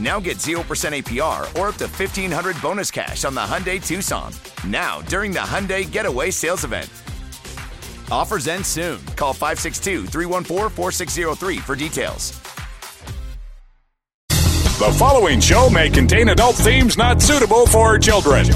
Now get 0% APR or up to 1500 bonus cash on the Hyundai Tucson. Now, during the Hyundai Getaway Sales Event. Offers end soon. Call 562 314 4603 for details. The following show may contain adult themes not suitable for children.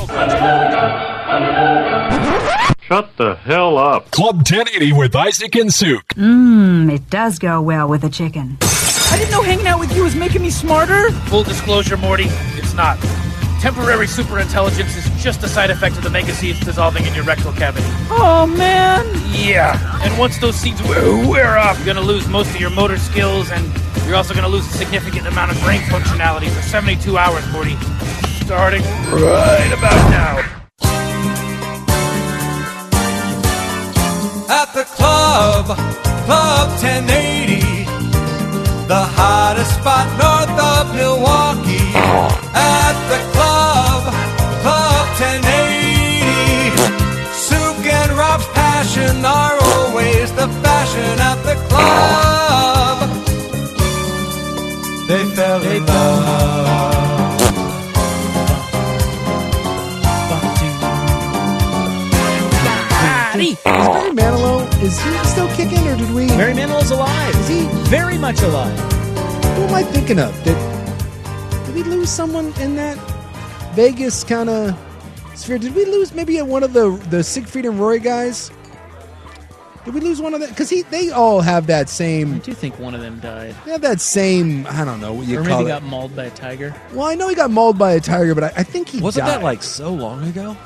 Shut the hell up. Club 1080 with Isaac and Suk. It does go well with a chicken. I didn't know hanging out with you was making me smarter. Full disclosure, Morty, it's not. Temporary superintelligence is just a side effect of the mega seeds dissolving in your rectal cavity. Oh man. Yeah. And once those seeds wear, wear off, you're going to lose most of your motor skills, and you're also going to lose a significant amount of brain functionality for 72 hours, Morty. Starting right about now. At the club, Club 1080, the hottest spot north of Milwaukee. At the club, Club 1080, Souk and Rob's passion are always the fashion at the club. They fell in love. Barry Manilow, is he still kicking or did we? Barry Manilow's alive. Is he? Very much alive. Who am I thinking of? Did, did we lose someone in that Vegas kind of sphere? Did we lose maybe one of the the Siegfried and Roy guys? Did we lose one of them? Because he they all have that same. I do think one of them died. They have that same. I don't know what you or call maybe got mauled by a tiger. Well, I know he got mauled by a tiger, but I, I think he Wasn't died. that like so long ago?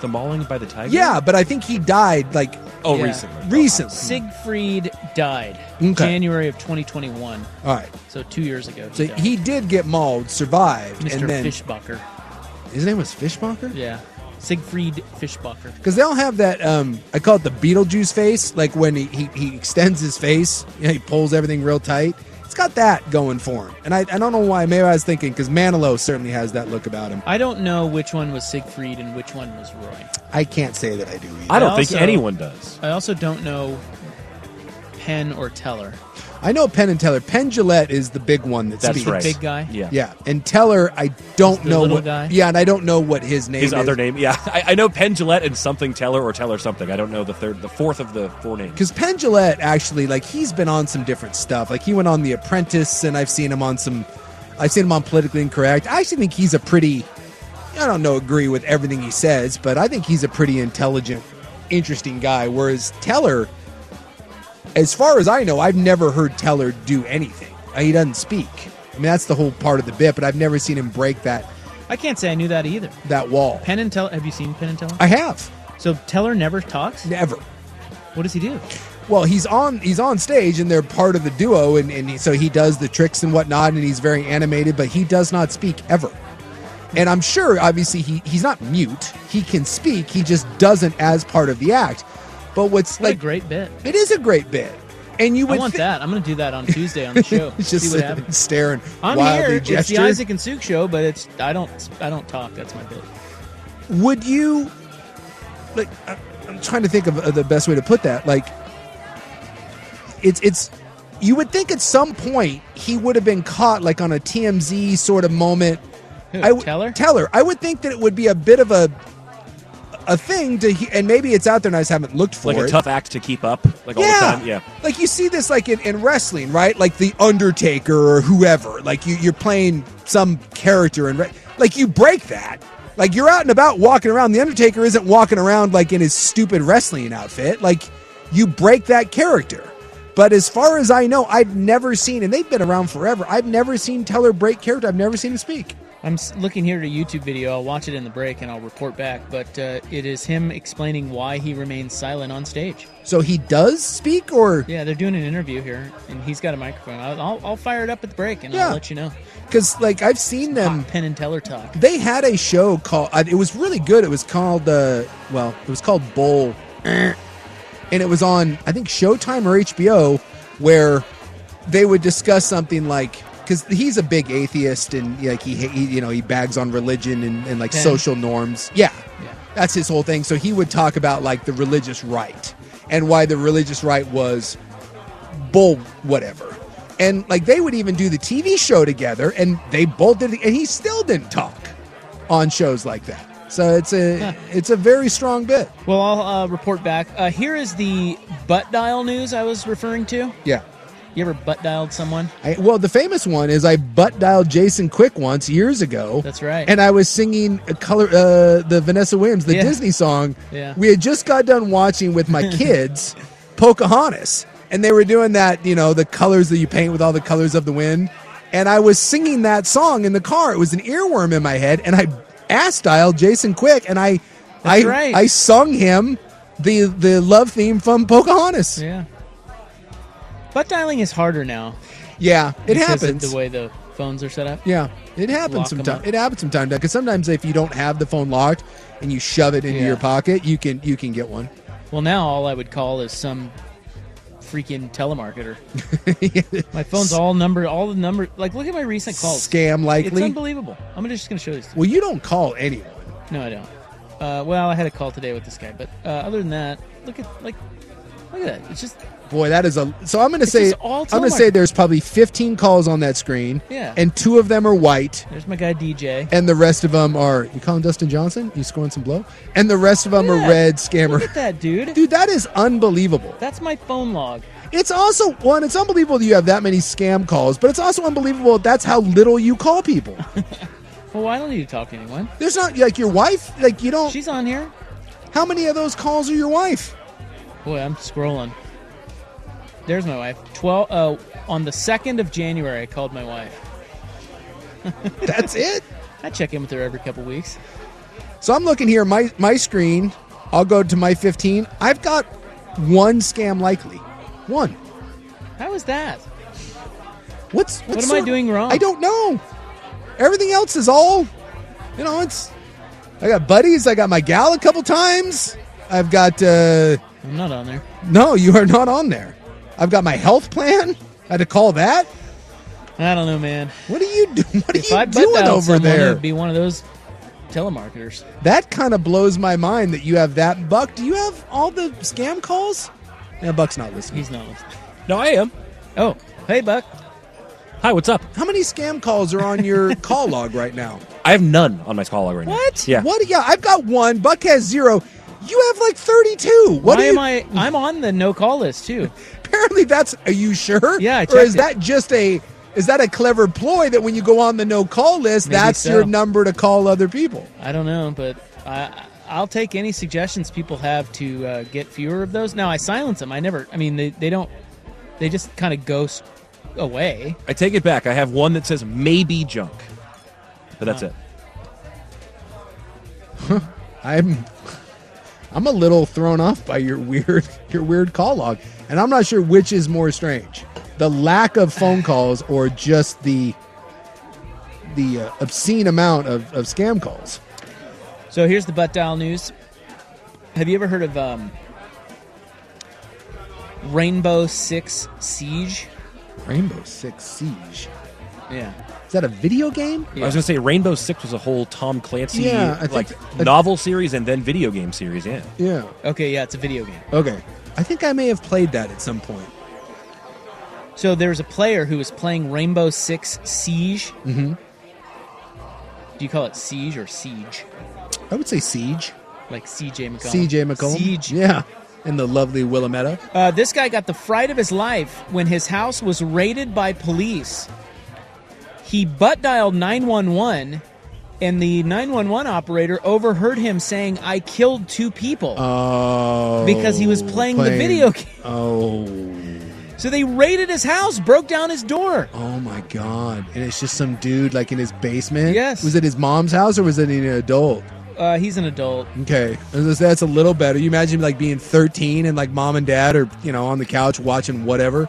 The mauling by the tiger? Yeah, but I think he died like Oh, Yeah. recently. Recently. Siegfried died Okay. January of 2021, all right. so two years ago. So he did get mauled, survived, and then Fishbucker. his name was Fishmonger. Yeah. Siegfried Fishbucker. Because they all have that. Um, I call it the Beetlejuice face. Like when he, he, he extends his face, you know, he pulls everything real tight. It's got that going for him. And I, I don't know why. Maybe I was thinking because Manilow certainly has that look about him. I don't know which one was Siegfried and which one was Roy. I can't say that I do. Either. I don't think Also- uh, anyone does. I also don't know Penn or Teller. I know Penn and Teller. Penn Gillette is the big one that That's speaks. right. Big guy. Yeah. Yeah, and Teller, I don't the know little what. guy? Yeah, and I don't know what his name. His is. other name, yeah. I, I know Penn Gillette and something Teller or Teller something. I don't know the third, the fourth of the four names. Because Penn Jillette actually, like, he's been on some different stuff. Like, he went on The Apprentice, and I've seen him on some. I've seen him on Politically Incorrect. I actually think he's a pretty. I don't know, agree with everything he says, but I think he's a pretty intelligent, interesting guy. Whereas Teller, as far as I know, I've never heard Teller do anything. Uh, He doesn't speak. I mean, that's the whole part of the bit, but I've never seen him break that I can't say I knew that either. that wall. Penn and Teller. Have you seen Penn and Teller? I have so Teller never talks. never. What does he do? Well, he's on he's on stage and they're part of the duo, and, and he, so he does the tricks and whatnot, and he's very animated, but he does not speak ever. And I'm sure, obviously, he, he's not mute. He can speak. He just doesn't as part of the act. But what's What a like great bit. it is a great bit, and you I would want thi- that. I'm going to do that on Tuesday on the show. It's just See what sitting and happens. staring. I'm wildly here. It's the gestured. Isaac and Suk show, but it's I don't I don't talk. That's my bit. would you like I- i'm trying to think of uh, the best way to put that like it's it's you would think at some point he would have been caught like on a TMZ sort of moment. Who, I w- Teller? Teller. I would think that it would be a bit of a a thing to, he- and maybe it's out there and I just haven't looked for Like a it. tough act to keep up, like all the time. Yeah. Like you see this like in, in wrestling, right? Like the Undertaker or whoever. Like you, you're playing some character and re- like you break that. Like you're out and about walking around. The Undertaker isn't walking around like in his stupid wrestling outfit. Like you break that character. But as far as I know, I've never seen, and they've been around forever. I've never seen Teller break character. I've never seen him speak. I'm s- looking here at a YouTube video. I'll watch it in the break and I'll report back. But uh, it is him explaining why he remains silent on stage. So he does speak, or Yeah, they're doing an interview here, and he's got a microphone. I'll, I'll, I'll fire it up at the break and Yeah. I'll let you know. because like I've seen them. Penn and Teller talk. They had a show called. Uh, it was really good. It was called. Uh, well, it was called Bowl, and it was on I think Showtime or HBO, where they would discuss something like because he's a big atheist and like he, he you know he bags on religion and, and like Penn. social norms. Yeah, that's his whole thing. So he would talk about like the religious right and why the religious right was bull whatever. And like they would even do the TV show together and they both did it and he still didn't talk on shows like that. So it's a it's a very strong bit. Well, I'll uh, report back. Uh, here is the butt dial news I was referring to. Yeah. You ever butt dialed someone? I, well, the famous one is I butt dialed Jason Quick once years ago. That's right. And I was singing a color uh, the Vanessa Williams the Yeah. Disney song. Yeah. We had just got done watching with my kids Pocahontas, and they were doing that you know the colors that you paint with all the colors of the wind, and I was singing that song in the car. It was an earworm in my head, and I ass dialed Jason Quick, and I I That's right. I sung him the the love theme from Pocahontas. Yeah. Butt dialing is harder now. Yeah, it because of happens. The way the phones are set up. Yeah, it Lock happens 'em sometimes. up. It happens sometimes because sometimes if you don't have the phone locked and you shove it into Yeah. your pocket, you can you can get one. Well, now all I would call is some freaking telemarketer. My phone's all number, all the number. Like, look at my recent calls. Scam It's likely. unbelievable. I'm just going to show these. Well, you don't call anyone. No, I don't. Uh, well, I had a call today with this guy, but uh, other than that, look at like, look at that. It's just Boy, that is a. So I'm going to It's say just all I'm going to say telemarketing. there's probably 15 calls on that screen. Yeah. And two of them are white, there's my guy DJ. and the rest of them are you calling Dustin Johnson? You scoring some blow? And the rest of them Yeah. are red Look scammer. at that dude. Dude, that is unbelievable. That's my phone log. It's also one. It's unbelievable that you have that many scam calls, but it's also unbelievable that's how little you call people. Well, I don't need to talk to anyone. There's not like your wife. Like you don't. She's on here. How many of those calls are your wife? Boy, I'm scrolling. There's my wife. Twelve. Uh, on the second of January, I called my wife. That's it. I check in with her every couple weeks. So I'm looking here. My my screen. I'll go to my 15. I've got one scam likely. One. How is that? What's, what's What am I sort of- doing wrong? I don't know. Everything else is all. You know, it's. I got buddies. I got my gal a couple times. I've got. uh I'm not on there. No, you are not on there. I've got my health plan. I had to call that. I don't know, man. What are you doing? What are if you I butt doing dialed over someone, there? it'd be one of those telemarketers. That kind of blows my mind that you have that. Buck, do you have all the scam calls? Yeah, Buck's not listening. He's not listening. No, I am. Oh, hey, Buck. Hi, what's up? How many scam calls are on your call log right now? I have none on my call log right now. What? Yeah. What? Yeah, I've got one. Buck has zero. You have like 32. What Why are you, am I? I'm on the no call list too. Apparently, that's. Are you sure? Yeah, I Or checked is it. that just a. Is that a clever ploy that when you go on the no call list, Maybe that's so. your number to call other people? I don't know, but I I'll take any suggestions people have to uh, get fewer of those. Now I silence them. I never. I mean, they they don't. They just kind of ghost away. I take it back. I have one that says maybe junk, but that's it. I'm I'm a little thrown off by your weird your weird call log, and I'm not sure which is more strange: the lack of phone calls or just the the uh, obscene amount of, of scam calls. So here's the butt dial news. Have you ever heard of um, Rainbow Six Siege? Rainbow Six Siege Yeah. is that a video game? I was gonna say Rainbow Six was a whole Tom Clancy Yeah, I think- like I- novel series and then video game series. Yeah. Yeah. Okay, yeah, it's a video game. Okay. I think I may have played that at some point. So there was a player who was playing Rainbow Six Siege. Mm-hmm. Do you call it Siege or Siege? I would say Siege. Like CJ McCollum. CJ McCollum. Siege. Yeah. And the lovely Willamette. Uh, this guy got the fright of his life when his house was raided by police. He butt dialed 911, and the 911 operator overheard him saying, I killed two people. Oh. Because he was playing the video game. Oh. So they raided his house, broke down his door. Oh my god. And it's just some dude like in his basement? Yes. Was it his mom's house or was it an adult? Uh, he's an adult. Okay. That's that's a little better. You imagine like being 13 and like mom and dad are, you know, on the couch watching whatever.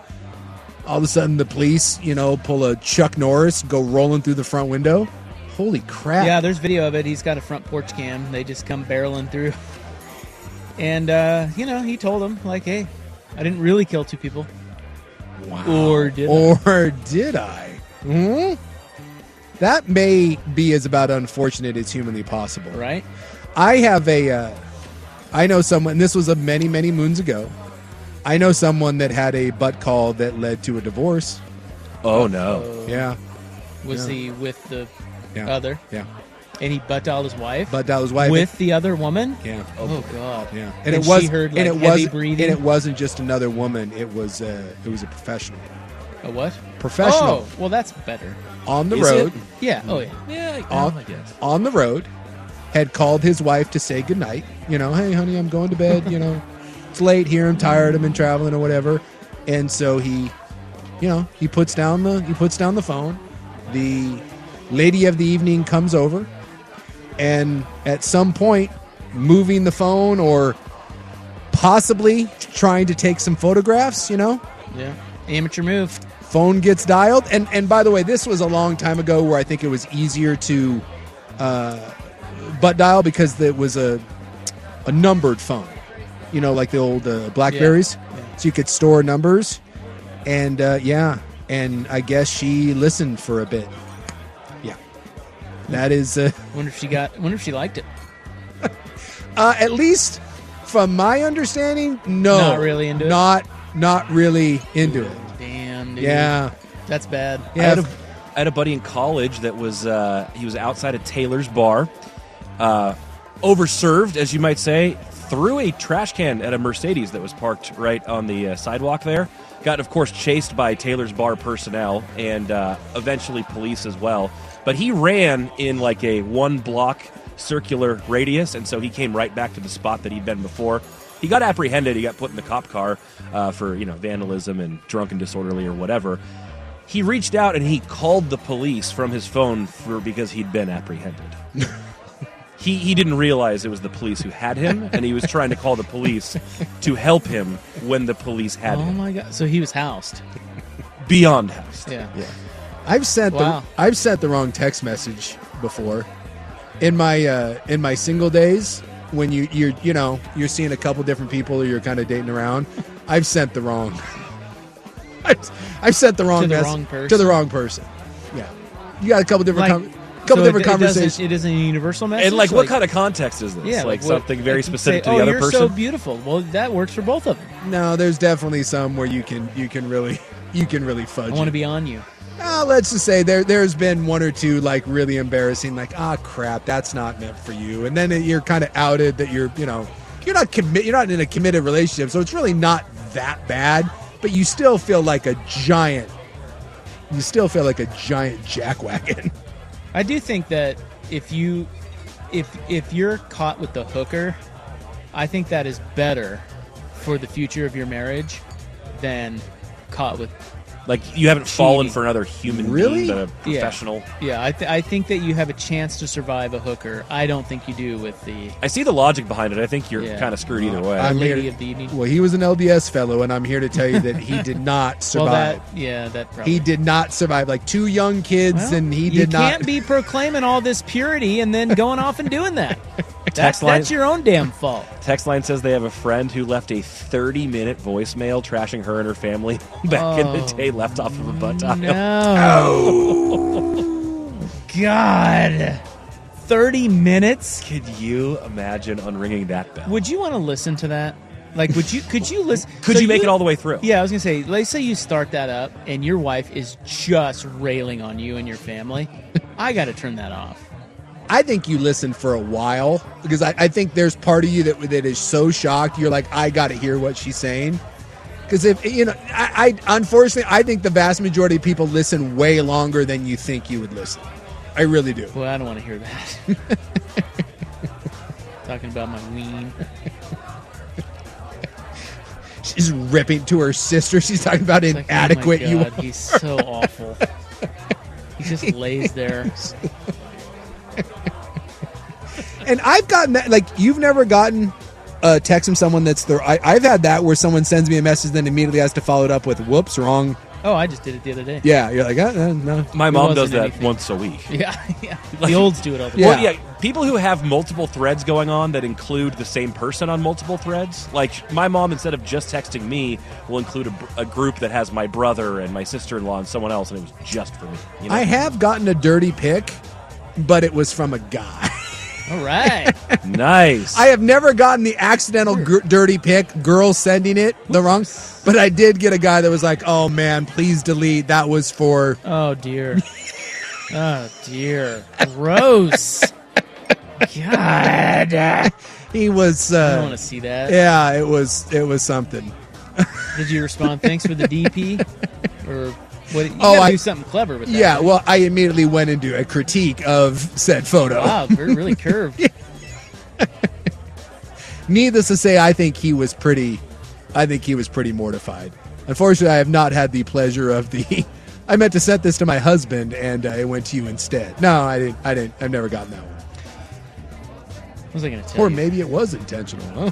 All of a sudden the police, you know, pull a Chuck Norris, go rolling through the front window. Holy crap. Yeah, there's video of it. He's got a front porch cam. They just come barreling through. And, uh, you know, he told them, like, hey, I didn't really kill two people. Wow. Or did I? Or did I? Hmm? That may be as about unfortunate as humanly possible. Right? I have a. Uh, I know someone. This was a many many moons ago. I know someone that had a butt call that led to a divorce. Oh no. Yeah, Was Yeah. he with the Yeah. other? yeah. And he butt dialed his wife? Butt dialed his wife. With the other woman? Yeah. Oh, God. Yeah, And, it was she heard, like, and it heavy was breathing. and it wasn't just another woman. It was uh, it was a professional A what? Professional. Oh, well, that's better. on the Is it? road. Yeah. Oh, yeah. Yeah, on, on the road had called his wife to say goodnight. You know, hey, honey, I'm going to bed. You know, it's late here. I'm tired. I've been traveling or whatever. And so he, you know, he puts down the he puts down the phone. The lady of the evening comes over, and at some point, moving the phone or possibly trying to take some photographs. You know, Yeah. Amateur move. phone gets dialed and and by the way this was a long time ago where i think it was easier to uh butt dial because it was a a numbered phone you know like the old uh, blackberries so you could store numbers and uh yeah and i guess she listened for a bit yeah that is uh, Wonder if she got. Wonder if she liked it. uh at least from my understanding no Not really into it? not not really into it Damn. Dude. yeah That's bad. I, yeah had a, I had a buddy in college that was uh, he was outside a Taylor's bar, uh, overserved as you might say, threw a trash can at a Mercedes that was parked right on the uh, sidewalk there. Got of course chased by Taylor's bar personnel and uh, eventually police as well. But he ran in like a one block circular radius, and so he came right back to the spot that he'd been before. He got apprehended. He got put in the cop car uh, for you know vandalism and drunk and disorderly or whatever. He reached out and he called the police from his phone for because he'd been apprehended. he he didn't realize it was the police who had him, and he was trying to call the police to help him when the police had Oh him my god. So he was housed. beyond housed. Yeah. I've sent Wow. the I've sent the wrong text message before. In my uh, in my single days, when you you're you know you're seeing a couple different people or you're kind of dating around, I've sent the wrong. I've, I've sent the wrong the message to wrong the person. wrong person. Yeah, you got a couple different Like, com- couple so it- different it doesn't- conversations. It isn't a universal message. And like, what kind of context is this? Yeah. like what- something very you can specific say, to the oh, other you're so person. beautiful. Well, that works for both of them. no, there's definitely some where you can you can really you can really fudge. I want it. to be on you. Uh, let's just say there there's been one or two like really embarrassing, like ah crap, that's not meant for you, and then it, you're kind of outed that you're you know you're not commit you're not in a committed relationship, so it's really not that bad, but you still feel like a giant. You still feel like a giant jackwagon. I do think that if you if if you're caught with the hooker, I think that is better for the future of your marriage than caught with like you haven't fallen Cheating. for another human being, Really? but a Yeah. professional. yeah. I, th- I think that you have a chance to survive a hooker. I don't think you do with the I see the logic behind it. I think you're Yeah. kind of screwed either way. I'm lady here- of the evening. Well, he was an LDS fellow, and I'm here to tell you that he did not Well, survive. that yeah, that probably he did not survive. Like two young kids, Well, and he you did not. can't be proclaiming all this purity and then going off and doing that. That's, Text line- that's your own damn fault. Text line says they have a friend who left a 30 minute voicemail trashing her and her family back in the day, left off of a butt dial. No. Oh. God. 30 minutes? Could you imagine unringing that bell? Would you want to listen to that? Like, would you? Could you listen? Could you make it all the way through? Yeah, I was gonna say. Let's say you start that up, and your wife is just railing on you and your family. I got to turn that off. I think you listen for a while because I, I think there's part of you that that is so shocked you're like I got to hear what she's saying because if you know I, I unfortunately I think the vast majority of people listen way longer than you think you would listen. I really do. Well, I don't want to hear that. Talking about my ween. She's ripping to her sister. She's talking about Like, inadequate. Oh my God, you. he's are. so awful. He just lays there. and I've gotten that. Like you've never gotten a text from someone that's their. I, I've had that where someone sends me a message, then immediately has to follow it up with "Whoops, wrong." Oh, I just did it the other day. Yeah, you're like, uh uh, no. My mom does that once a week. Yeah, yeah. Like- the olds do it all the Well, time. yeah. People who have multiple threads going on that include the same person on multiple threads. Like my mom, instead of just texting me, will include a, a group that has my brother and my sister in law and someone else, and it was just for me. You know? I have gotten a dirty pick, but it was from a guy. All right. nice. I have never gotten the accidental gr- dirty pick, girl sending it the wrong. But I did get a guy that was like, "Oh man, please delete. That was for." Oh dear. oh dear. Gross. God. he was. I Uh, don't wanna see that. Yeah, it was. It was something. Did you respond? Thanks for the DP, or what? You Oh, gotta I- do something clever with that. Yeah, well, I immediately went into a critique of said photo. Wow, very really curved. Needless to say, I think he was pretty. I think he was pretty mortified. Unfortunately, I have not had the pleasure of the. I meant to set this to my husband, and uh, it went to you instead. No, I didn't. I didn't. I've never gotten that one. What was I gonna tell Or you? maybe it was intentional. Huh?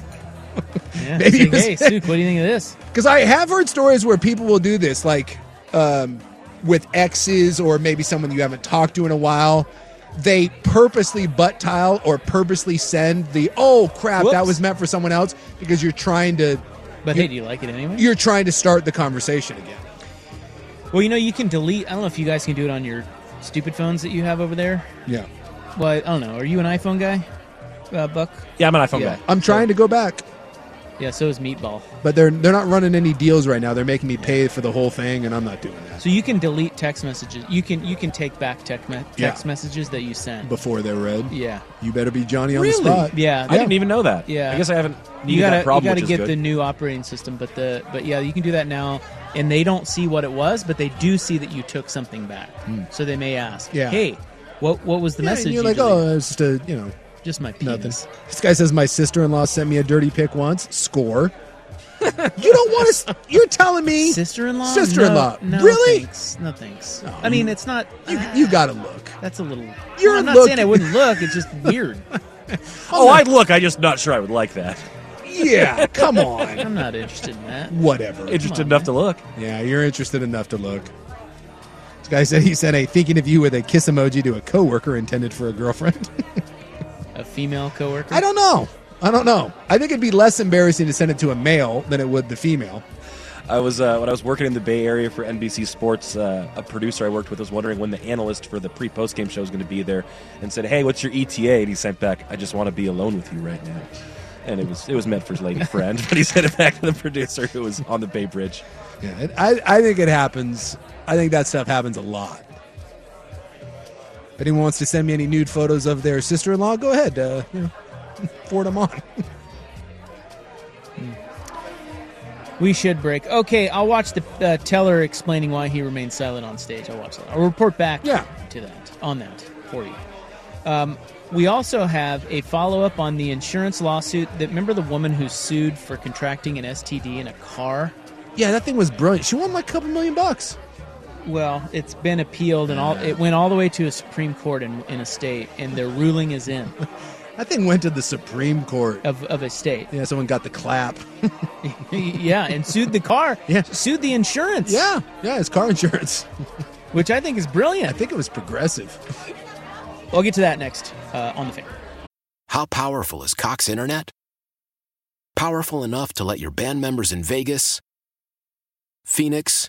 Yeah, maybe say, it was- hey, Sook, what do you think of this? Because I have heard stories where people will do this, like um, with exes or maybe someone you haven't talked to in a while. They purposely butt tile or purposely send the oh crap that Whoops. was meant for someone else because you're trying to. But hey, you're, do you like it anyway? you're trying to start the conversation again. Well, you know, you can delete. I don't know if you guys can do it on your stupid phones that you have over there. Yeah. Well, I don't know. Are you an iPhone guy, uh, Buck? Yeah, I'm an iPhone Yeah. guy. I'm trying to go back, Yeah, so is Meatball. but they're they're not running any deals right now. They're making me pay for the whole thing, and I'm not doing that So you can delete text messages. You can you can take back tec- me- text Yeah. messages that you sent. before they're read. Yeah. You better be Johnny on the Really? spot. Yeah. I didn't even know that. Yeah, I guess I haven't needed you gotta, that problem. You gotta which get is the good. new operating system, but the but yeah, you can do that now. And they don't see what it was, but they do see that you took something back. So they may ask, Hmm. Yeah. "Hey, what what was the Yeah, and message?" you're you like, deleted? oh, it's just a you know just my Nothing. penis. This guy says my sister-in-law sent me a dirty pic once. Score. you don't want to. You're telling me Sister-in-law, Sister-in-law. no, no really? Thanks. No thanks. Oh. I mean, it's not. You, you gotta look. That's a little. You're I'm not look- saying I wouldn't look. It's just weird. oh, I look. I just not sure I would like that. Yeah, come on. I'm not interested in that. Whatever. Interested enough to look. Yeah, you're interested enough to look. This guy said he sent a thinking of you with a kiss emoji to a coworker intended for a girlfriend. A female coworker. I don't know. I don't know. I think it'd be less embarrassing to send it to a male than it would the female. I was uh, when I was working in the Bay Area for NBC Sports. Uh, a producer I worked with was wondering when the analyst for the pre-post game show was going to be there, and said, "Hey, what's your ETA?" And he sent back, "I just want to be alone with you right now." And it was it was meant for his lady friend, but he sent it back to the producer who was on the Bay Bridge. Yeah, it, I, I think it happens. I think that stuff happens a lot. If anyone wants to send me any nude photos of their sister in law, go ahead. Uh, you know, forward them on. We should break. Okay, I'll watch the uh, teller explaining why he remained silent on stage. I'll watch that. I'll report back Yeah. to that on that for you. Um, we also have a follow up on the insurance lawsuit. That remember the woman who sued for contracting an STD in a car. Yeah, that thing was brilliant. She won like a couple million bucks. Well, it's been appealed and all. It went all the way to a Supreme Court in, in a state, and their ruling is in That thing went to the Supreme Court. of, of a state. Yeah, someone got the clap. yeah, and sued the car. Yeah. sued the insurance. Yeah, yeah, it's car insurance. which I think is brilliant. I think it was progressive. I'll get to that next uh, on the fan. How powerful is Cox Internet? Powerful enough to let your band members in Vegas, Phoenix,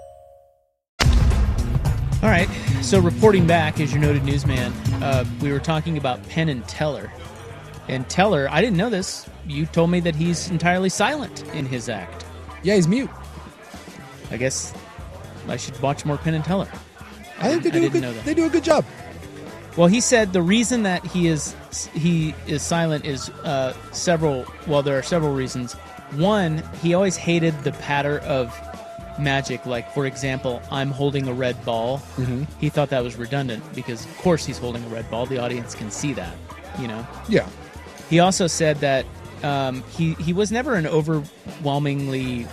All right. So, reporting back, as your noted newsman, uh, we were talking about Penn and Teller. And Teller, I didn't know this. You told me that he's entirely silent in his act. Yeah, he's mute. I guess I should watch more Penn and Teller. I think they do a didn't good- know that. they do a good job. Well, he said the reason that he is he is silent is uh, several. Well, there are several reasons. One, he always hated the patter of magic. Like, for example, I'm holding a red ball. Mhm. He thought that was redundant because, of course, he's holding a red ball. The audience can see that. You know. Yeah. He also said that um, he he was never an overwhelmingly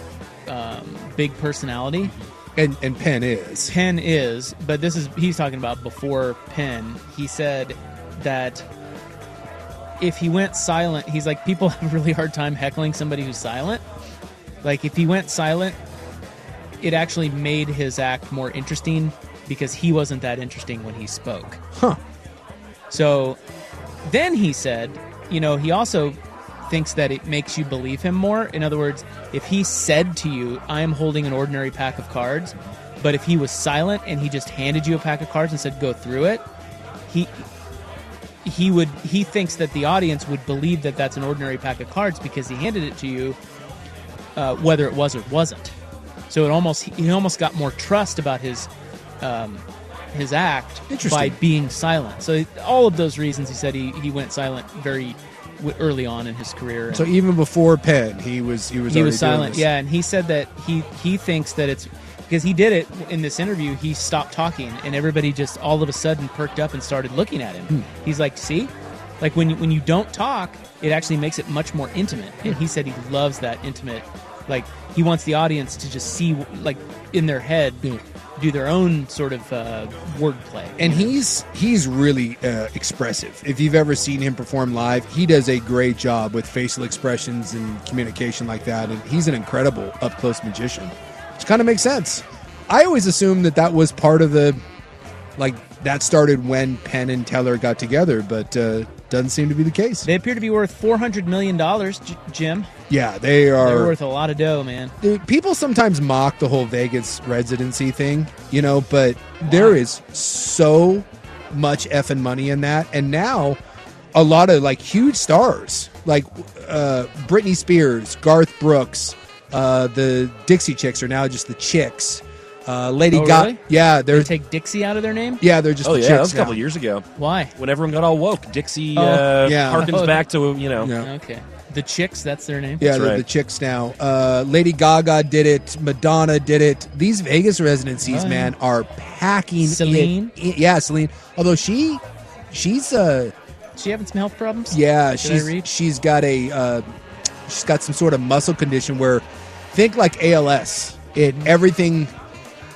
um, big personality. And and Penn is. Penn is, but this is he's talking about before Penn. He said that if he went silent, he's like people have a really hard time heckling somebody who's silent. Like if he went silent, it actually made his act more interesting because he wasn't that interesting when he spoke. Huh. So then he said, you know, he also thinks that it makes you believe him more. In other words, if he said to you, I am holding an ordinary pack of cards, but if he was silent and he just handed you a pack of cards and said, go through it, he he would he thinks that the audience would believe that that's an ordinary pack of cards because he handed it to you uh, whether it was or wasn't so it almost he almost got more trust about his um, his act by Interesting. being silent so all of those reasons he said he, he went silent very w- early on in his career So even before Penn, he was he was he already was doing silent this. yeah and he said that he he thinks that it's because he did it in this interview he stopped talking and everybody just all of a sudden perked up and started looking at him he's like see like when you, when you don't talk it actually makes it much more intimate and he said he loves that intimate like he wants the audience to just see like in their head do their own sort of uh, wordplay and he's he's really uh, expressive. If you've ever seen him perform live, he does a great job with facial expressions and communication like that. And he's an incredible up close magician, which kind of makes sense. I always assumed that that was part of the like that started when Penn and Teller got together, but uh, doesn't seem to be the case. They appear to be worth four hundred million dollars, J- Jim. Yeah, they are. They're worth a lot of dough, man. Dude, people sometimes mock the whole Vegas residency thing, you know, but there is so much effing money in that. And now a lot of like huge stars, like uh, Britney Spears, Garth Brooks, uh, the Dixie Chicks are now just the Chicks. Uh, Lady Oh, Gaga. really? Yeah, they're. Take Dixie out of their name. yeah, they're just oh the yeah, chicks that was a now. couple years ago. Why? When everyone got all woke, Dixie Oh, uh, yeah. harkens back to you know. Okay. The Chicks, that's their name. Yeah, they're the chicks now. Uh, Lady Gaga did it. Madonna did it. These Vegas residencies, Oh, yeah. man, are packing. it Celine? in- yeah, Celine. Although she, she's uh, She having some health problems? yeah, Did I read? she's she's got a uh, she's got some sort of muscle condition where, think like ALS. It Mm. everything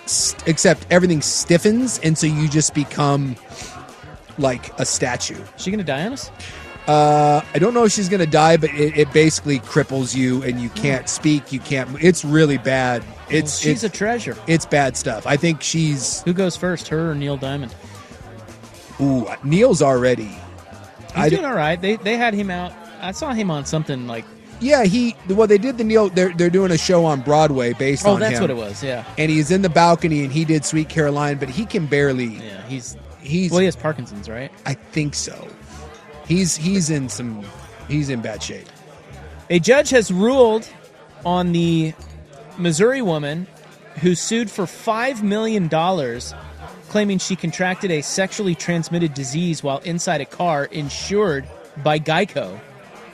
st- except everything stiffens, and so you just become like a statue. Is she gonna die on us? Uh, I don't know if she's gonna die, but it, it basically cripples you, and you can't speak. You can't. It's really bad. It's she's it's, a treasure. It's bad stuff. I think she's who goes first, her or Neil Diamond? Ooh, Neil's already. He's I d- doing all right. They they had him out. I saw him on something like Yeah, he. Well, they did the Neil. They're they're doing a show on Broadway based oh, on that's him. what it was. Yeah, And he's in the balcony, and he did Sweet Caroline, but he can barely. yeah. He's He's. well, he has Parkinson's, right? I think so. He's he's in some. He's in bad shape. A judge has ruled on the Missouri woman who sued for $5 million, claiming she contracted a sexually transmitted disease while inside a car insured by Geico.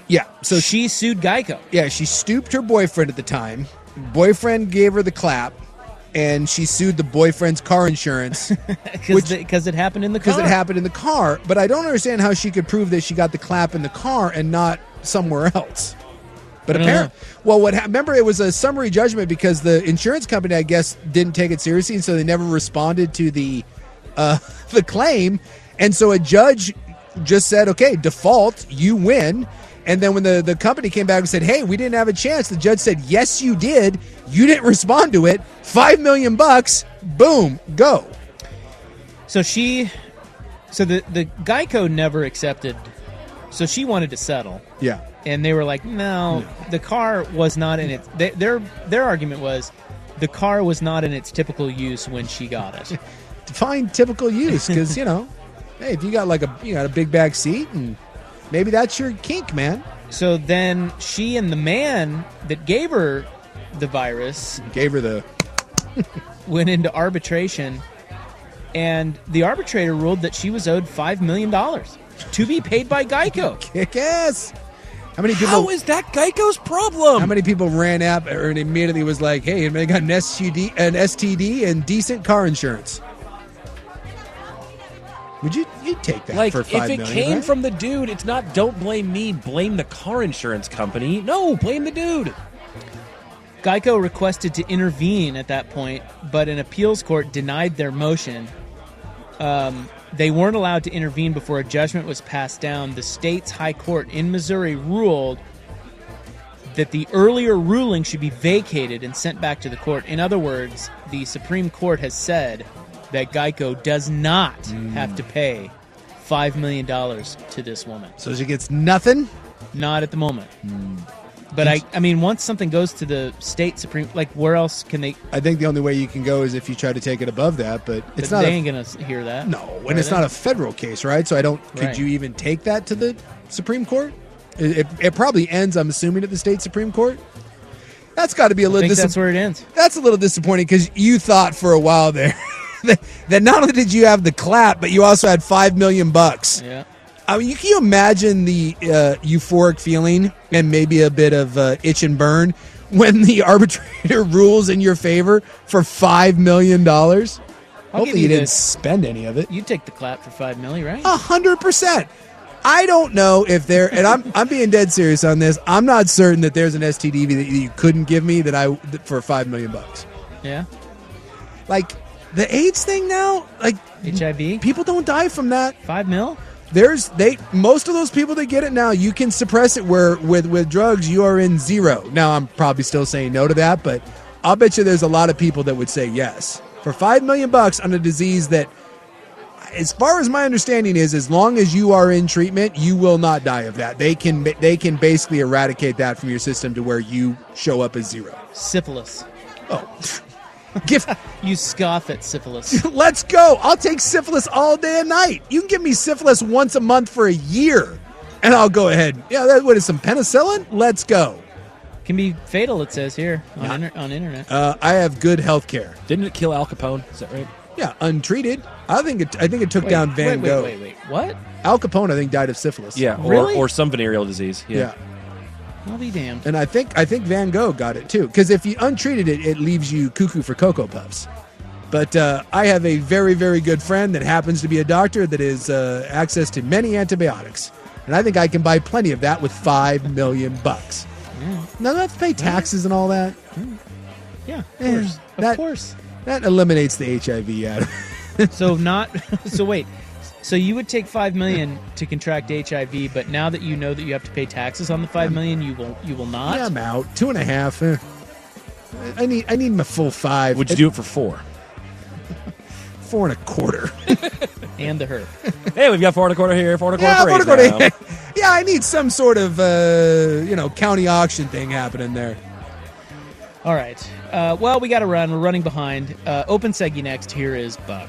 Yeah. So she sued Geico. Yeah, she stooped her boyfriend at the time. Boyfriend gave her the clap, and she sued the boyfriend's car insurance Because it happened in the car. because it happened in the car. But I don't understand how she could prove that she got the clap in the car and not somewhere else. But I don't apparently, well, what hap- remember it was a summary judgment because the insurance company, I guess, didn't take it seriously, and so they never responded to the uh, the claim, and so a judge just said, "Okay, default, you win." And then when the, the company came back and said, "Hey, we didn't have a chance," the judge said, "Yes, you did. You didn't respond to it. Five million bucks. Boom, go." So she, so the, the Geico never accepted, so she wanted to settle. Yeah. And they were like, no, the car was not in its, they, their, their argument was the car was not in its typical use when she got it. Define typical use because you know, hey, if you got like a you got a big back seat and maybe that's your kink, man. So then she and the man that gave her the virus gave her the went into arbitration and the arbitrator ruled that she was owed 5 million dollars to be paid by Geico. Kick ass. How many people? How is that Geico's problem? How many people ran up and immediately was like, "Hey, I got an STD, an STD, and decent car insurance." Would you you take that Like, for if five it million? came right? from the dude, it's not don't blame me, blame the car insurance company. No, blame the dude. Geico requested to intervene at that point, but an appeals court denied their motion. Um, they weren't allowed to intervene before a judgment was passed down. The state's high court in Missouri ruled that the earlier ruling should be vacated and sent back to the court. In other words, the Supreme Court has said that Geico does not have to pay $5 million to this woman. so she gets nothing. Hmm. Not at the moment. But I, I mean, once something goes to the state supreme, like where else can they? I think the only way you can go is if you try to take it above that, but it's not. they a- ain't gonna s- hear that. No, and it's not a federal case, right? So I don't. Could Right. you even take that to the Supreme Court? It, it, it probably ends. I'm assuming at the state Supreme Court. That's got to be a little. think dis- that's where it ends. That's a little disappointing because you thought for a while there that, that not only did you have the clap, but you also had five million bucks. Yeah. I mean, you can you imagine the uh, euphoric feeling and maybe a bit of uh, itch and burn when the arbitrator rules in your favor for five million dollars. I'll give Hopefully, you you didn't this. spend any of it. You take the clap for five milli, right? A hundred percent. I don't know if there, and I'm I'm being dead serious on this. I'm not certain that there's an STDV that you couldn't give me that I for five million bucks. Yeah. Like the AIDS thing now, like HIV, people don't die from that. Five mil. There's they most of those people that get it now. You can suppress it where with with drugs you are in zero. Now I'm probably still saying no to that, but I'll bet you there's a lot of people that would say yes for five million bucks on a disease that, as far as my understanding is, as long as you are in treatment, you will not die of that. They can they can basically eradicate that from your system to where you show up as zero. Syphilis. Oh. Gift. you scoff at syphilis. Let's go. I'll take syphilis all day and night. You can give me syphilis once a month for a year, and I'll go ahead. Yeah, that what is some penicillin? Let's go. Can be fatal. It says here on inter- on internet. Uh, I have good health care. Didn't it kill Al Capone? Is that right? Yeah, untreated. I think it. I think it took Wait, down Van wait, wait, Gogh. wait, wait. What? Al Capone, I think, died of syphilis. Yeah, or, Really? or some venereal disease. Yeah. yeah. I'll be damned. And I think I think Van Gogh got it too, because if you untreated it, it leaves you cuckoo for cocoa puffs. But uh, I have a very very good friend that happens to be a doctor that has uh, access to many antibiotics, and I think I can buy plenty of that with five million bucks. Now do I have to pay taxes and all that. Yeah, of Eh, course. Of that- course. That eliminates the HIV out. so not so wait. So you would take 5 million to contract HIV, but now that you know that you have to pay taxes on the 5 million, you will you will not. Yeah, I'm out. Two and a half. eh. I need I need my full five. Would you do it for four? Four and a quarter. and the herb. hey, we've got four and a quarter here, four and a quarter yeah, for four and a eight quarter. now. yeah, I need some sort of uh, you know county auction thing happening there. All right. Uh, well, we got to run. We're running behind. Uh, open Seggy next. Here is Buck.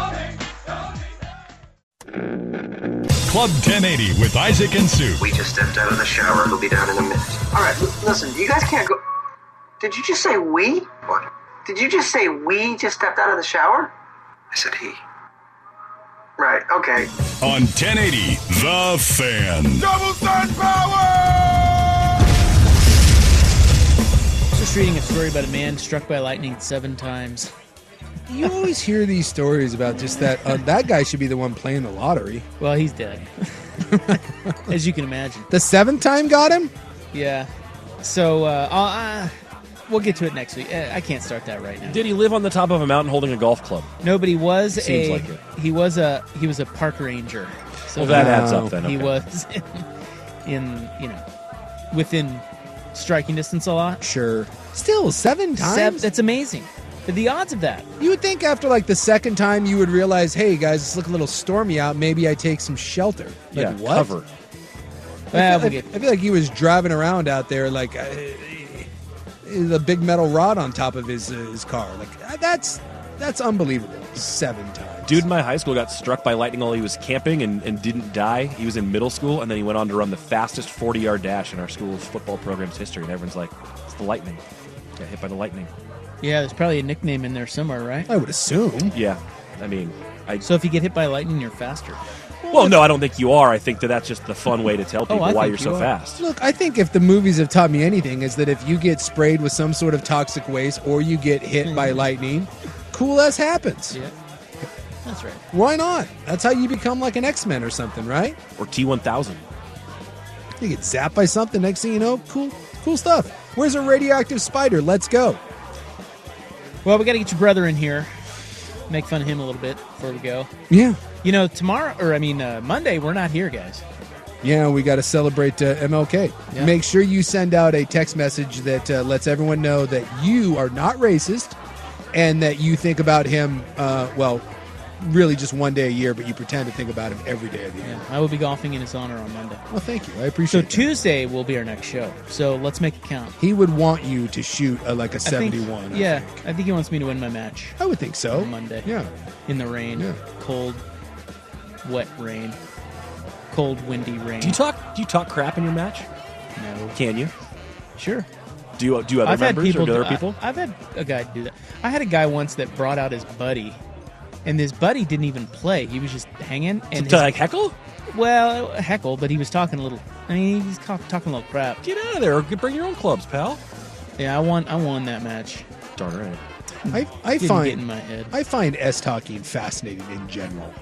Club 1080 with Isaac and Sue. We just stepped out of the shower. We'll be down in a minute. All right, l- listen, you guys can't go. Did you just say we? What? Did you just say we just stepped out of the shower? I said he. Right, okay. On 1080, The Fan. Double sun power! Just reading a story about a man struck by lightning seven times. You always hear these stories about just that. Uh, that guy should be the one playing the lottery. Well, he's dead, as you can imagine. The seventh time got him. Yeah. So uh, I'll, uh, we'll get to it next week. Uh, I can't start that right now. Did he live on the top of a mountain holding a golf club? Nobody was Seems a like it. he was a he was a park ranger. Well, that adds up then, He okay. was in you know within striking distance a lot. Sure. Still seven times. that's amazing. The odds of that. You would think after like the second time you would realize, hey guys, it's looking a little stormy out. Maybe I take some shelter. Like, yeah, what? cover. I feel, Ah, we'll I- get- I feel like he was driving around out there like uh, the big metal rod on top of his uh, his car. Like uh, that's that's unbelievable. Seven times. Dude in my high school got struck by lightning while he was camping and, and didn't die. He was in middle school, and then he went on to run the fastest 40 yard dash in our school's football program's history. And everyone's like, it's the lightning. Got hit by the lightning. Yeah, there's probably a nickname in there somewhere, right? I would assume. Yeah. I mean, I. So if you get hit by lightning, you're faster. Well, no, I don't think you are. I think that that's just the fun way to tell people I why think you're so you are. fast. Look, I think if the movies have taught me anything is that if you get sprayed with some sort of toxic waste or you get hit by lightning, cool as happens. Hmm. Yeah. That's right. Why not? That's how you become like an X Men or something, right? Or T1000. You get zapped by something. Next thing you know, cool, cool stuff. Where's a radioactive spider? Let's go. Well, we got to get your brother in here. Make fun of him a little bit before we go. Yeah. You know, tomorrow, or I mean, uh, Monday, we're not here, guys. Yeah, we got to celebrate uh, MLK. Yeah. Make sure you send out a text message that uh, lets everyone know that you are not racist and that you think about him, uh, well, really just one day a year, but you pretend to think about him every day of the year. Yeah, I will be golfing in his honor on Monday. Well, thank you. I appreciate So Tuesday will be our next show. So let's make it count. He would want you to shoot uh like a I think- 71. I think. yeah, I think he wants me to win my match. I would think so. On Monday. Yeah. In the rain. Yeah. Cold, wet rain. Cold, windy rain. Do you talk? Do you talk crap in your match? No. Can you? Sure. Do you do you other I've had members people or do other do- I- people? I've had a guy do that. I had a guy once that brought out his buddy, and his buddy didn't even play. He was just hanging. And to, his- like, heckle? Well, heckle, but he was talking a little. I mean, he's talking a little crap. Get out of there! Bring your own clubs, pal. Yeah, I won. I won that match. Darn right. I, I Didn't find get in my head. I find S talking fascinating in general.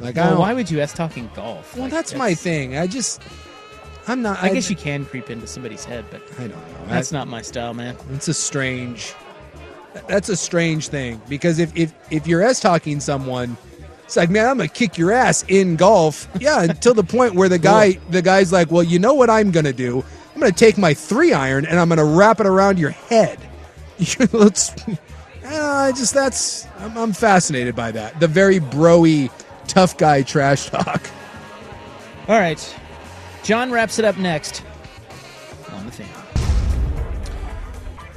Like, I well, don't- why would you ask talking golf? Well, Like, that's, my thing. I just, I'm not. I, guess you can creep into somebody's head, but I don't know. That's I- not my style, man. It's a strange. That's a strange thing because if if if you're s talking someone, it's like, man, I'm gonna kick your ass in golf. Yeah, until the point where the guy the guy's like, well, you know what I'm gonna do? I'm gonna take my three iron and I'm gonna wrap it around your head. You- Let's. I just that's I'm, I'm fascinated by that. The very broy, tough guy trash talk. All right, John wraps it up next on the thing.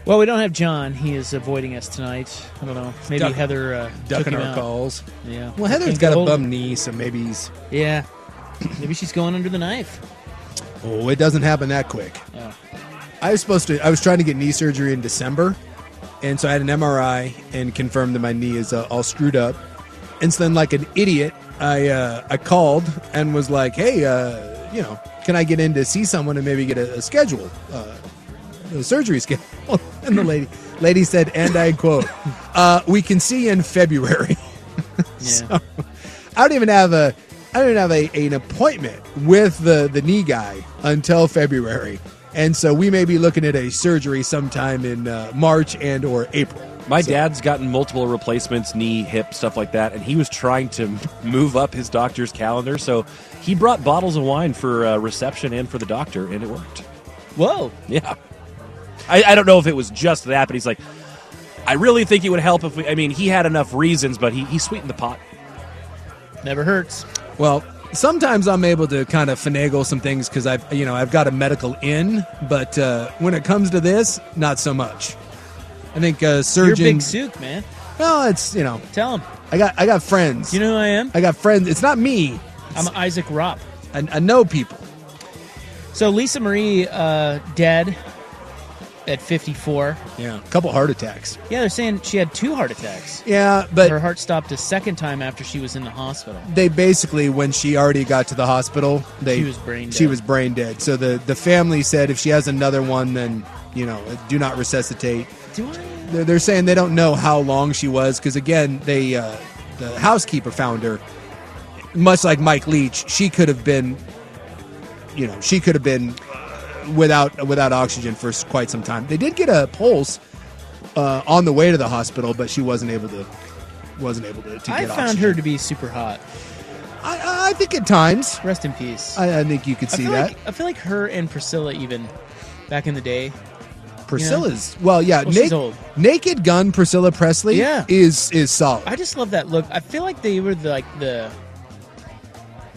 Well, we don't have John. He is avoiding us tonight. I don't know. Maybe Duck- Heather uh, took ducking him our out. calls. Yeah. Well, Heather's Can't got get a hold of bum knee, so maybe he's. Yeah. Maybe she's going under the knife. Oh, it doesn't happen that quick. Oh. I was supposed to. I was trying to get knee surgery in December, And so I had an MRI and confirmed that my knee is uh, all screwed up. And so then, like an idiot, I uh, I called and was like, "Hey, uh, you know, can I get in to see someone and maybe get a, a schedule, uh, a surgery schedule?" and the lady lady said, and I quote, uh, "We can see you in February." So I don't even have a I don't even have a, an appointment with the the knee guy until February, and so we may be looking at a surgery sometime in uh, March and or April. My dad's gotten multiple replacements, knee, hip, stuff like that, and he was trying to move up his doctor's calendar. So he brought bottles of wine for uh, reception and for the doctor, and it worked. Whoa. Yeah. I, I don't know if it was just that, but he's like, I really think it would help if we. I mean, he had enough reasons, but he, he sweetened the pot. Never hurts. Well, sometimes I'm able to kind of finagle some things because I've you know I've got a medical in, but uh, when it comes to this, not so much. I think uh, You're surgeon. Big Souk, man. Well, it's you know. Tell him. I got I got friends. You know who I am. I got friends. It's not me. I'm Isaac Ropp. I, I know people. So Lisa Marie uh, dead at 54. Yeah, a couple heart attacks. Yeah, they're saying she had two heart attacks. Yeah, but her heart stopped a second time after she was in the hospital. They basically when she already got to the hospital, they She was brain She dead. was brain dead. So the the family said if she has another one, then you know do not resuscitate. Do I? They're, they're saying they don't know how long she was because again they uh, the housekeeper found her. Much like Mike Leach, she could have been, you know, she could have been without without oxygen for quite some time. They did get a pulse uh, on the way to the hospital, but she wasn't able to wasn't able to, to I get found oxygen. her to be super hot. I, I think at times. Rest in peace. I, I think you could I see feel that. Like, I feel like her and Priscilla even back in the day. Priscilla's well, yeah. Well, Nak- she's old. Naked Gun Priscilla Presley, Yeah. is is solid. I just love that look. I feel like they were the, like the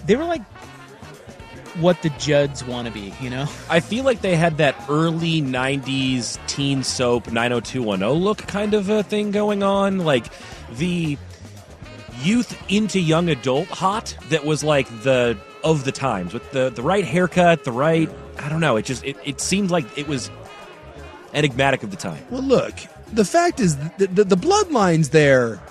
they were like what the Judds want to be, you know? I feel like they had that early 90s teen soap 90210 look kind of a thing going on. Like the youth into young adult hot that was like the of the times with the, the right haircut, the right. I don't know. It just it, it seemed like it was Oh enigmatic of the time. Well, look, the fact is the, the, the bloodlines there.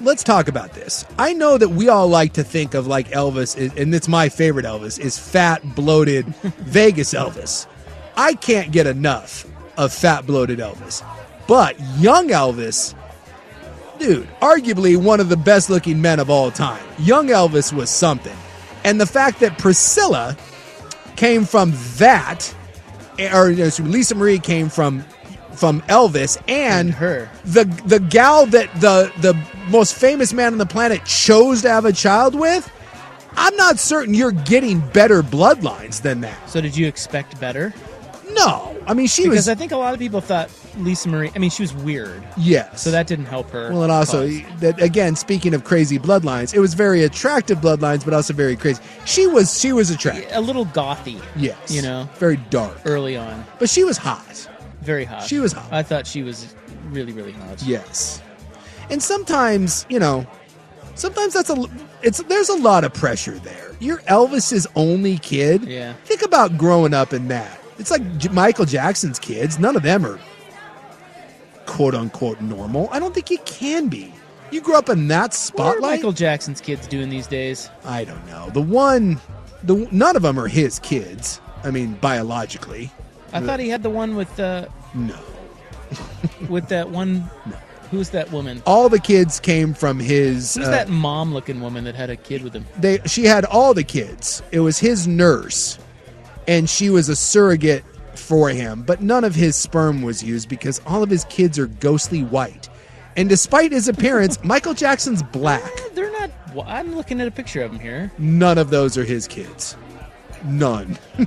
Let's talk about this. I know that we all like to think of like Elvis, is, and it's my favorite Elvis, is fat, bloated Vegas Elvis. I can't get enough of fat, bloated Elvis. But young Elvis, dude, arguably one of the best looking men of all time. Young Elvis was something. And the fact that Priscilla came from that, eh, or no, excuse me, Lisa Marie came from from Elvis and, her. The the gal that the the most famous man on the planet chose to have a child with. I'm not certain you're getting better bloodlines than that. So did you expect better? No, I mean she because was. I think a lot of people thought Lisa Marie. I mean, she was weird. Yes. So that didn't help her. Well, and also cause. that again, speaking of crazy bloodlines, it was very attractive bloodlines, but also very crazy. She was she was attractive. a little gothy. Yes, You know, very dark, early on, but she was hot. very hot. She was hot. I thought she was really, really hot. Yes, and sometimes you know, sometimes that's a l- it's there's a lot of pressure there. You're Elvis's only kid. Yeah. Think about growing up in that. It's like J- Michael Jackson's kids. None of them are quote unquote normal. I don't think you can be. You grew up in that What are spotlight. Michael Jackson's kids doing these days? I don't know. The one, the none of them are his kids. I mean, biologically. I thought he had the one with uh, no. with that one. Who's that woman? All the kids came from his. Who's uh, that mom-looking woman that had a kid with him? They. She had all the kids. It was his nurse, and she was a surrogate for him. But none of his sperm was used because all of his kids are ghostly white. And despite his appearance, Michael Jackson's black. Eh, They're not. Well, I'm looking at a picture of him here. None of those are his kids. None.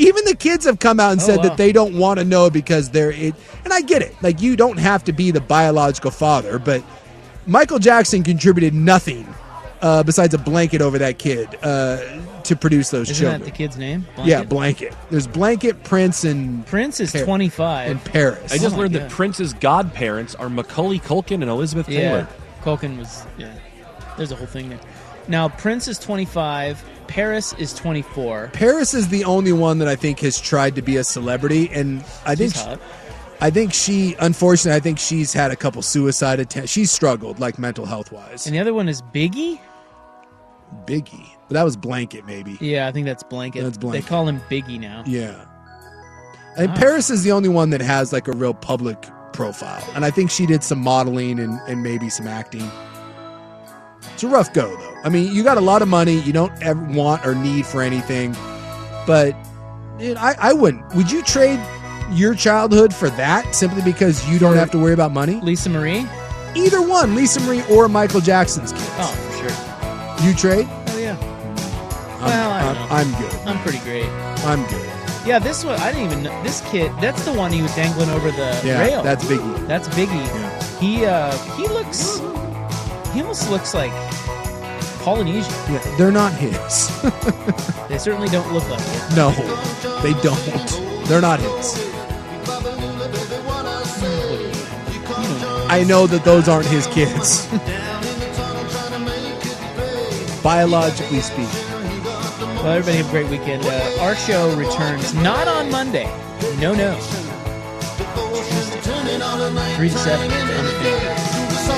Even the kids have come out and Oh, said wow. that they don't want to know because they're it. And I get it. Like you don't have to be the biological father, but Michael Jackson contributed nothing uh, besides a blanket over that kid uh, to produce those Isn't children. that the kid's name? Yeah, blanket. There's blanket Prince and Prince is Par- 25. in Paris. I just learned God. that Prince's godparents are Macaulay Culkin and Elizabeth Yeah, Taylor. Culkin was. Yeah, there's a whole thing there. Now Prince is 25. Paris is 24. Paris is the only one that I think has tried to be a celebrity, and I She's think hot. I think she, unfortunately, I think she's had a couple suicide attempts. She's struggled, like mental health wise. And the other one is Biggie? Biggie. But that was Blanket, maybe. Yeah, I think that's Blanket. That's Blanket. They call him Biggie now. Yeah. And Wow. Paris is the only one that has like a real public profile. And I think she did some modeling and, and maybe some acting. It's a rough go, though. I mean, you got a lot of money. You don't ever want or need for anything. But dude, I, I wouldn't. Would you trade your childhood for that simply because you don't have to worry about money? Lisa Marie? Either one, Lisa Marie or Michael Jackson's kids. Oh, for sure. You trade? Oh, yeah. I'm, Well, I don't know. I'm, I'm good. I'm pretty great. I'm good. Yeah, this one, I didn't even know. This kid, that's the one he was dangling over the Yeah, rail. that's Biggie. That's Biggie. He uh, he looks, he almost looks like Polynesian. Yeah, they're not his. They certainly don't look like it. No, they don't. They're not his. I know that those aren't his kids. Biologically speaking. Well, everybody have a great weekend. Uh, our show returns not on Monday. No, no. Three to seven. on